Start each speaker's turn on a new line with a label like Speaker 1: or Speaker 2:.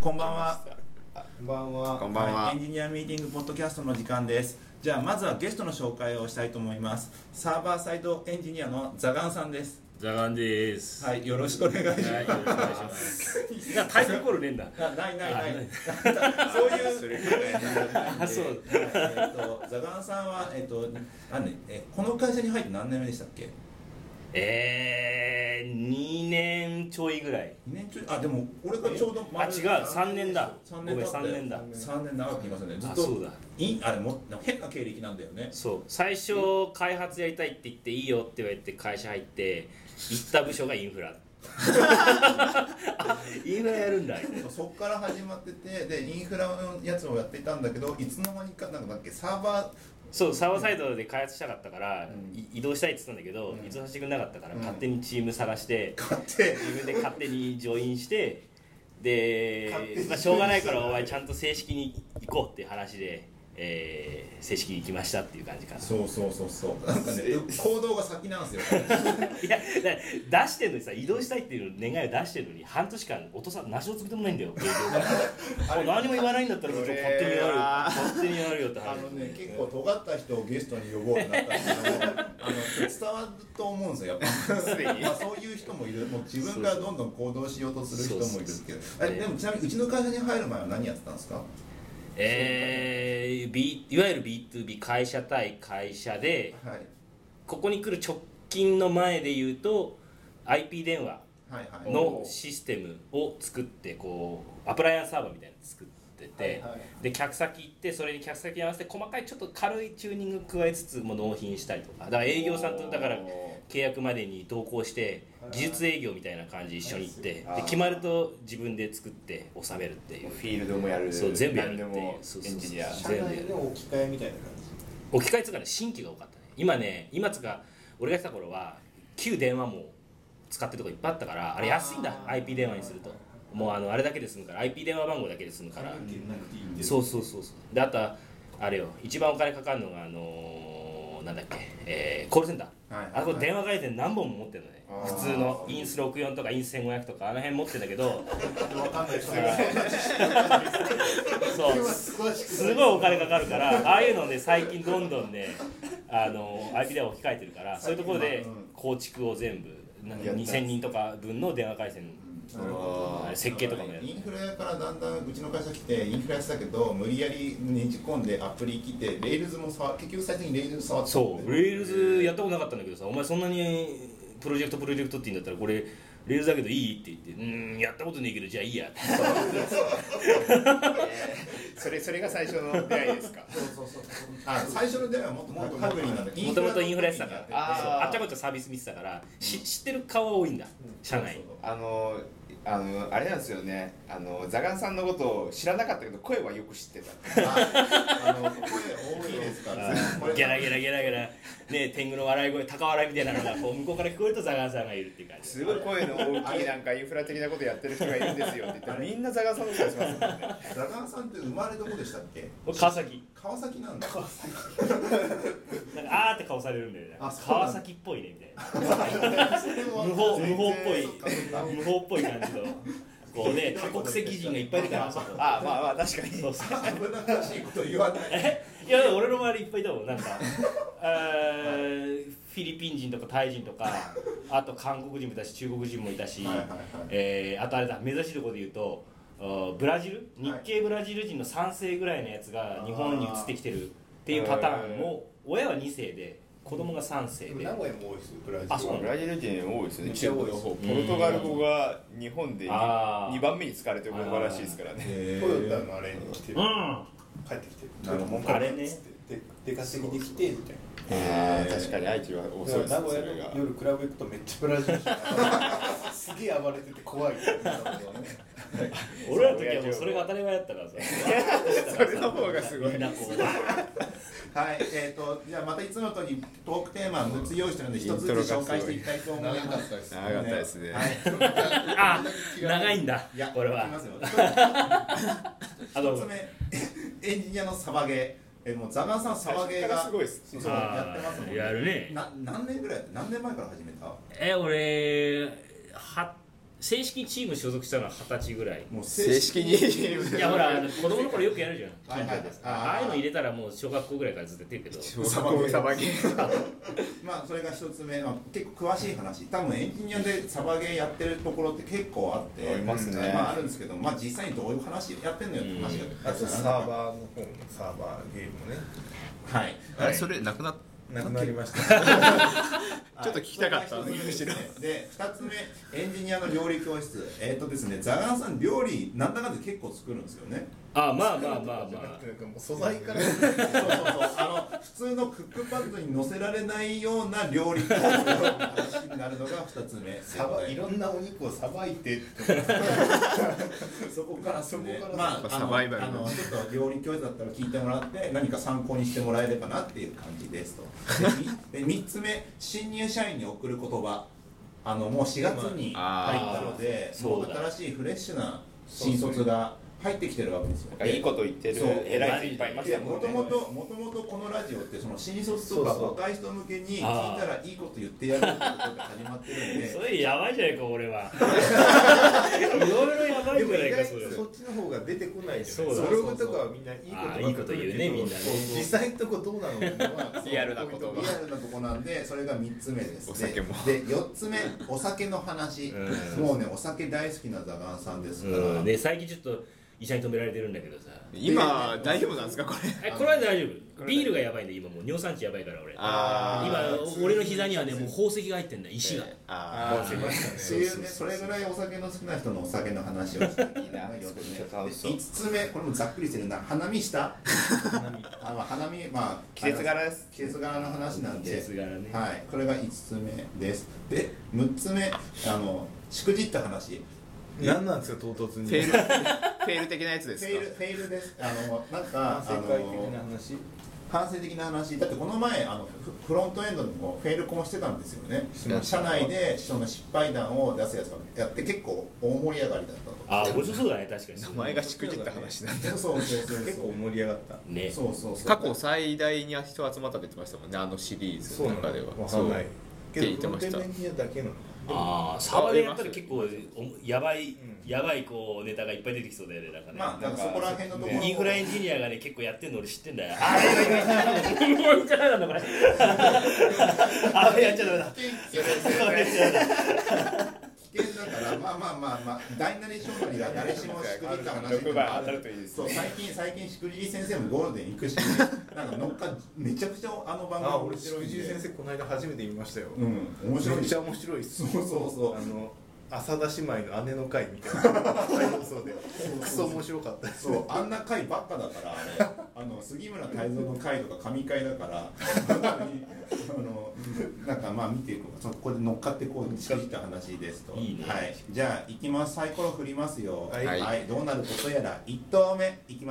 Speaker 1: こんばんは。
Speaker 2: こんばんは。
Speaker 3: こんばんは
Speaker 1: エンジニアミーティングポッドキャストの時間です。じゃあまずはゲストの紹介をしたいと思います。サーバーサイドエンジニアのザガンさんです。
Speaker 4: ザガンです。。
Speaker 1: はいい、よろしくお願いします。
Speaker 4: はい、よろしくお願い します。な、タイトルコールねえんだ。
Speaker 1: なないないない
Speaker 4: あない。
Speaker 1: そう いう
Speaker 3: それぐらい
Speaker 4: あ、そう。
Speaker 1: えっとザガンさんは、えっとあねえこの会社に入って何年目でしたっけ
Speaker 4: えー、2年ちょいぐらい。
Speaker 1: 2年中あでも俺がちょうど
Speaker 4: あ、違う、3年だ。
Speaker 1: 3
Speaker 4: ご
Speaker 1: 年
Speaker 4: め
Speaker 1: 経
Speaker 4: ん、
Speaker 1: ったよ
Speaker 4: 3年だ。
Speaker 1: 3年長くいますねずっ
Speaker 4: あ、
Speaker 1: と
Speaker 4: そうだ。
Speaker 1: いあれもなんか変な経歴なんだよね
Speaker 4: そう。最初、開発やりたいって言って、いいよって言われて、会社入って、行った部署がイン フラ。あインフラやるんだ。
Speaker 1: そこから始まっててでインフラのやつをやっていたんだけどいつの間にかなんかだっけサーバ
Speaker 4: そう、サーバーサイドで開発したかったから、
Speaker 1: うん
Speaker 4: い移動したいって言ったんだけど、
Speaker 1: うん
Speaker 4: 移動させてくれなかったから、
Speaker 1: うん
Speaker 4: 勝手にチーム探し
Speaker 1: ー、
Speaker 4: て
Speaker 1: 買って
Speaker 4: 自分で勝手にジョインしてで
Speaker 1: 勝手に、
Speaker 4: まあ、しょうがないからお前ちゃんと正式に行こうっていう話で、えー正式に行きましたっていう感じかな
Speaker 1: そうそうそうそうなんかね行動が先なんですよ
Speaker 4: いやだ出してるのにさ移動したいっていう願いを出してるのに半年間落とさ何を作ってもない んだよ営業がもう何も言わないんだったらもうちょっと勝手にやる
Speaker 3: それは
Speaker 4: 勝手にやるよって
Speaker 1: あ
Speaker 4: 話
Speaker 1: のね、結構尖った人をゲストに呼ぼうってなったんですけど、あの伝わると思うんですよ、やっぱ。
Speaker 3: すでに
Speaker 1: まあ、そういう人もいる、もう自分からどんどん行動しようとする人もいるけど、あれでもちなみにうちの会社に入る前は何やってたんですか？
Speaker 4: えー B いわゆる B2B 会社対会社で
Speaker 1: はい
Speaker 4: ここに来る直近の前で言うと IP 電話
Speaker 1: はいはい。
Speaker 4: のシステムを作ってこうアプライアンスサーバーみたいなの作ってて、
Speaker 2: はいはい
Speaker 4: で客先行ってそれに客先に合わせて細かいちょっと軽いチューニング加えつつもう納品したりとかだから営業さんとだから契約までに同行して
Speaker 2: はい
Speaker 4: 技術営業みたいな感じで一緒に行ってで
Speaker 3: あー
Speaker 4: 決まると自分で作って納めるっていう
Speaker 3: フィールドもやる
Speaker 4: そう全部やるっ
Speaker 3: 何
Speaker 4: て
Speaker 3: で
Speaker 4: いう
Speaker 3: も
Speaker 4: そうそ
Speaker 3: エ
Speaker 4: うそう
Speaker 3: ンジニア
Speaker 2: 社内の置き換えみたいな感
Speaker 4: 置き換えつうかね新規が多かったね今ね今つうか俺が来た頃は旧電話も使ってるとこいっぱいあったからあれ安いんだ
Speaker 2: あー
Speaker 4: IP 電話にするともうあのあれだけで済むから IP 電話番号だけで済む
Speaker 2: じ。
Speaker 4: から
Speaker 2: 係なくていいん
Speaker 4: そうそうそうそうであとはあれよ一番お金かかるのがあのーなんだっけ、えーコールセンター
Speaker 1: はい
Speaker 4: あこれ電話回線何本も持ってるのね
Speaker 3: あー
Speaker 4: 普通のインス64とかインス1500とかあの辺持ってんだけど
Speaker 2: わかんないです
Speaker 4: あー そう
Speaker 2: 詳しく
Speaker 4: すごいお金かかるからああいうのね最近どんどんねあの IP 電話置き換えてるからそういうところで構築を全部なんか
Speaker 3: やった
Speaker 4: 2000人とか分の電話回線
Speaker 1: なるほど
Speaker 3: あー
Speaker 4: 設計とかもやる
Speaker 1: インフラやからだんだんうちの会社来てインフラやってたけど無理やりねじ込んでアプリ来てレールズも触結局最初にレールズ触ってたもんね
Speaker 4: そうレールズやったことなかったんだけどさお前そんなにプロジェクトプロジェクトって言うんだったらこれレールズだけどいいって言ってうーんやったことねえけどじゃあいいやって
Speaker 3: それそれが最初の出会いですか
Speaker 2: そうそうそう。
Speaker 1: あ最初の出会いはもっともっとハグリーなんだ
Speaker 4: もともとインフラやってたから
Speaker 3: あー
Speaker 4: そうあっちゃこっちゃサービス見てたからし知ってる顔は多いんだ社内
Speaker 3: あのあのあれなんですよねあのザガンさんのことを知らなかったけど声はよく知ってた
Speaker 1: ああの声大きいですから
Speaker 4: あーギャラギャラギャラギャラね天狗の笑い声高笑いみたいなのがこう向こうから聞こえるとザガンさんがいるっていう感じ
Speaker 3: すごい声の大きいなんかインフラ的なことやってる人がいるんですよって言ってみんなザガンさんの声しますもんね
Speaker 1: ザガンさんって生まれどこでしたっけ
Speaker 4: 川崎
Speaker 1: 川崎なんだ
Speaker 4: なんかあーって顔されるんだよね
Speaker 1: あそうなんだ
Speaker 4: 川崎っぽいねみたいな無法無法っぽい無法っぽい感じのこうね多国籍人がいっぱい出たらそう
Speaker 3: あまあまあ確かに
Speaker 4: そうそう
Speaker 1: 危なっかしいこと言わ ない
Speaker 4: えいやでも俺の周りいっぱいいたもんなんか えーフィリピン人とかタイ人とかあと韓国人もいたし中国人もいたし、
Speaker 1: はいはいはい
Speaker 4: えーあとあれだ目指しいところで言うとあーブラジル日系ブラジル人の3世ぐらいのやつが日本に移ってきてるっていうパターンを親は2世で子供が3世
Speaker 2: で
Speaker 4: で
Speaker 2: も名古屋も多いですよ、ブラジル。
Speaker 4: あそう
Speaker 3: ブラジル人多いですよ
Speaker 2: め
Speaker 3: ね
Speaker 2: っちゃ多いです
Speaker 3: ポルトガル語が日本で
Speaker 4: あー
Speaker 3: 2番目に使われてる言葉らしいですからね
Speaker 2: トヨタのあれに来てる
Speaker 4: う。ん
Speaker 2: 帰ってきてる。
Speaker 1: なるほど
Speaker 4: あれね
Speaker 2: つって。で、出稼ぎに来て、みたいな。
Speaker 3: あー確かに愛知は
Speaker 2: だか
Speaker 3: 遅
Speaker 2: ら
Speaker 3: いで
Speaker 2: 名
Speaker 3: すね
Speaker 2: 古
Speaker 3: そ
Speaker 2: 屋
Speaker 3: れが
Speaker 2: の夜クラブ行くとめっちゃブラジル人。 すげえ暴れてて怖い。
Speaker 4: 俺らの時はもうそれが当たり前だったからさ
Speaker 3: それの方がすごい
Speaker 4: みんなこう
Speaker 1: はい、えー、とじゃあまたいつもとにトークテーマ6つ用意してるので一つずつ紹介していきたいと思います長かったです
Speaker 3: 長かったですね
Speaker 1: はい、
Speaker 4: あ長いんだ
Speaker 1: いや
Speaker 4: これはい
Speaker 1: きますよ
Speaker 4: あどう
Speaker 1: 一
Speaker 4: ぞ
Speaker 1: つ目エンジニアのサバゲーえーもうザガンさんサバゲーが
Speaker 3: すごいっす
Speaker 1: そうそうやってますもん
Speaker 4: あーやるね
Speaker 1: な何年ぐらい何年前から始めた
Speaker 4: え俺は正式チーム所属したのは二十歳ぐらい
Speaker 1: もう
Speaker 2: 正
Speaker 1: 正
Speaker 2: 式
Speaker 1: 式
Speaker 2: に
Speaker 4: いやほらあの子供の頃よくやるじゃん
Speaker 1: はいはいはい
Speaker 4: あああいうの入れたらもう小学校ぐらいからずっとやってるけど
Speaker 2: さばけさばけ
Speaker 1: まあそれが一つ目、まあ、結構詳しい話多分エンジニアでサバゲーやってるところって結構あって
Speaker 3: ありますね
Speaker 1: まあ、あるんですけど、まあ、実際にどういう話やってんのよって話が
Speaker 5: あとサーバーの方もサーバーゲームね
Speaker 1: はい
Speaker 5: あれ
Speaker 3: そ
Speaker 5: れなくなっなくなりました
Speaker 1: はい
Speaker 2: ちょっと聞きたかった
Speaker 1: それが一つ目ですねで二つ目エンジニアの料理教室えっ、とですねザガンさん料理なんだかんだ結構作るんですよね
Speaker 4: ああまあまあまあ
Speaker 5: な
Speaker 4: ま
Speaker 5: んていうかもう素材から
Speaker 1: そうそうそうあの普通のクックパッドに載せられないような料理教室の話になるのが二つ目
Speaker 5: さばいろんなお肉をさばいて
Speaker 1: そこからですね
Speaker 5: そこから
Speaker 1: まあ
Speaker 2: やっぱ
Speaker 1: あの
Speaker 2: サバイバル
Speaker 1: あのちょっと料理教室だったら聞いてもらって何か参考にしてもらえればなっていう感じですとでみで3つ目新入社員に送る言葉あのもう4月に入ったので
Speaker 4: あー
Speaker 1: もう
Speaker 4: そうだ
Speaker 1: 新しいフレッシュな新卒が入ってきてるわけですよ
Speaker 3: なんかいいこと言ってる
Speaker 1: そう
Speaker 3: 偉い人いっぱいいまし
Speaker 1: い
Speaker 3: た
Speaker 1: や
Speaker 3: も
Speaker 1: も
Speaker 3: ん
Speaker 1: と
Speaker 3: ね
Speaker 1: もともともとこのラジオってその新卒とか
Speaker 5: そうそう
Speaker 1: 若い人向けに聞いたらいいこと言ってやるっていうことが始まってるん
Speaker 4: あ
Speaker 1: で
Speaker 4: それやばいじゃないか俺はいろいろやばい
Speaker 5: で
Speaker 4: じ
Speaker 5: も
Speaker 4: ゃな
Speaker 5: 意
Speaker 4: いか
Speaker 5: 外
Speaker 4: それ
Speaker 5: とそっちの方が出てこないじゃ
Speaker 4: そ
Speaker 5: な
Speaker 4: う
Speaker 5: い
Speaker 4: だ
Speaker 5: ブログとかはみんないいことばっかり
Speaker 4: あーいいこと言うねみんなね
Speaker 5: そうそう実際のとこどうなのっていうのは
Speaker 2: リアルなこと
Speaker 1: リアルなとこなんでそれが3つ目です
Speaker 2: お酒も
Speaker 1: で4つ目お酒の話
Speaker 4: うん
Speaker 1: もうねお酒大好きなザガンさんですから、
Speaker 4: うんで最近ちょっと医者に止められてるんだけどさ
Speaker 2: 今大丈夫なんですかこれ
Speaker 4: えこれは大丈夫ビールがやばいんで今もう尿酸値やばいから俺
Speaker 2: あ
Speaker 5: ー
Speaker 4: 今俺の膝にはねもう宝石が入ってんだ石が、
Speaker 2: あ
Speaker 5: あー出ましたね
Speaker 1: っていうねそれぐらいお酒の好きな人のお酒の話をしてい
Speaker 3: いいな
Speaker 1: 4つ目
Speaker 3: ちょっと楽しそう
Speaker 1: 5つ目これもざっくりしてるな花見した
Speaker 5: 花見
Speaker 1: あの花見まあ
Speaker 3: 季節柄です
Speaker 1: 季節柄の話なんで
Speaker 4: 季節柄ね
Speaker 1: はい、これが5つ目ですで6つ目あのしくじった話
Speaker 5: 何なんですか唐突
Speaker 2: フ
Speaker 5: に
Speaker 2: ェールフェール的なやつ
Speaker 1: フ
Speaker 2: で
Speaker 1: ェイル
Speaker 2: す
Speaker 1: フェイルですあのなんか
Speaker 5: 世界的
Speaker 1: あの
Speaker 5: な話
Speaker 1: 反省的な話だってこの前あのフフロントエンドでもフェイルコンしてたんですよね
Speaker 5: しました
Speaker 1: 社内でその失敗談を出すやつがやって結構大盛り上がりだったと
Speaker 4: ああ面白そうだね確かに
Speaker 2: か名前がしくじった話なんだ
Speaker 1: そうそうそうそう
Speaker 5: 結構盛り上がった
Speaker 4: ね
Speaker 1: そうそうそう
Speaker 2: 過去最大に人集まったって言ってましたもんねあのシリーズの中では
Speaker 5: わかんない
Speaker 2: て言ってました
Speaker 5: けどフロントエンジニアだけなの
Speaker 4: ああサーバーでやったら結構おもやばい、やばいこうネタがいっぱい出てきそうだよねなんかね、
Speaker 1: まあなんかそこら辺のところ
Speaker 4: インフラエンジニアがね結構やってんの俺知ってんだよあ あ今今今もう一回なんだこれああやっちゃダメだ
Speaker 1: 危険だからまあまあまあまあ大なり小なりが誰しもしくじった話っていう
Speaker 3: 6
Speaker 1: の
Speaker 3: 番
Speaker 1: があ
Speaker 3: 当たるといい です
Speaker 1: そう
Speaker 3: ね
Speaker 1: 最近最近しくじり先生もゴールデン行くし、なんか乗っかめちゃくちゃあの番
Speaker 5: あ
Speaker 1: 組
Speaker 5: 俺しくじり先生この間初めて見ましたよ
Speaker 1: うん面白い
Speaker 5: めっちゃ面白いっす
Speaker 1: そうそうそう
Speaker 5: あの浅田姉妹の姉の会みたい な再放送でクソ面白かったです
Speaker 1: そうあんな回ばっかだからあれあの杉村太蔵の回とか神回だから本当にあのなんかまあ見ていこうそこで乗っかってこうしくじった話ですと
Speaker 4: いいね
Speaker 1: はい、じゃあ行きますサイコロ振りますよ
Speaker 5: はい
Speaker 1: はい、どうなることやら一投目いきます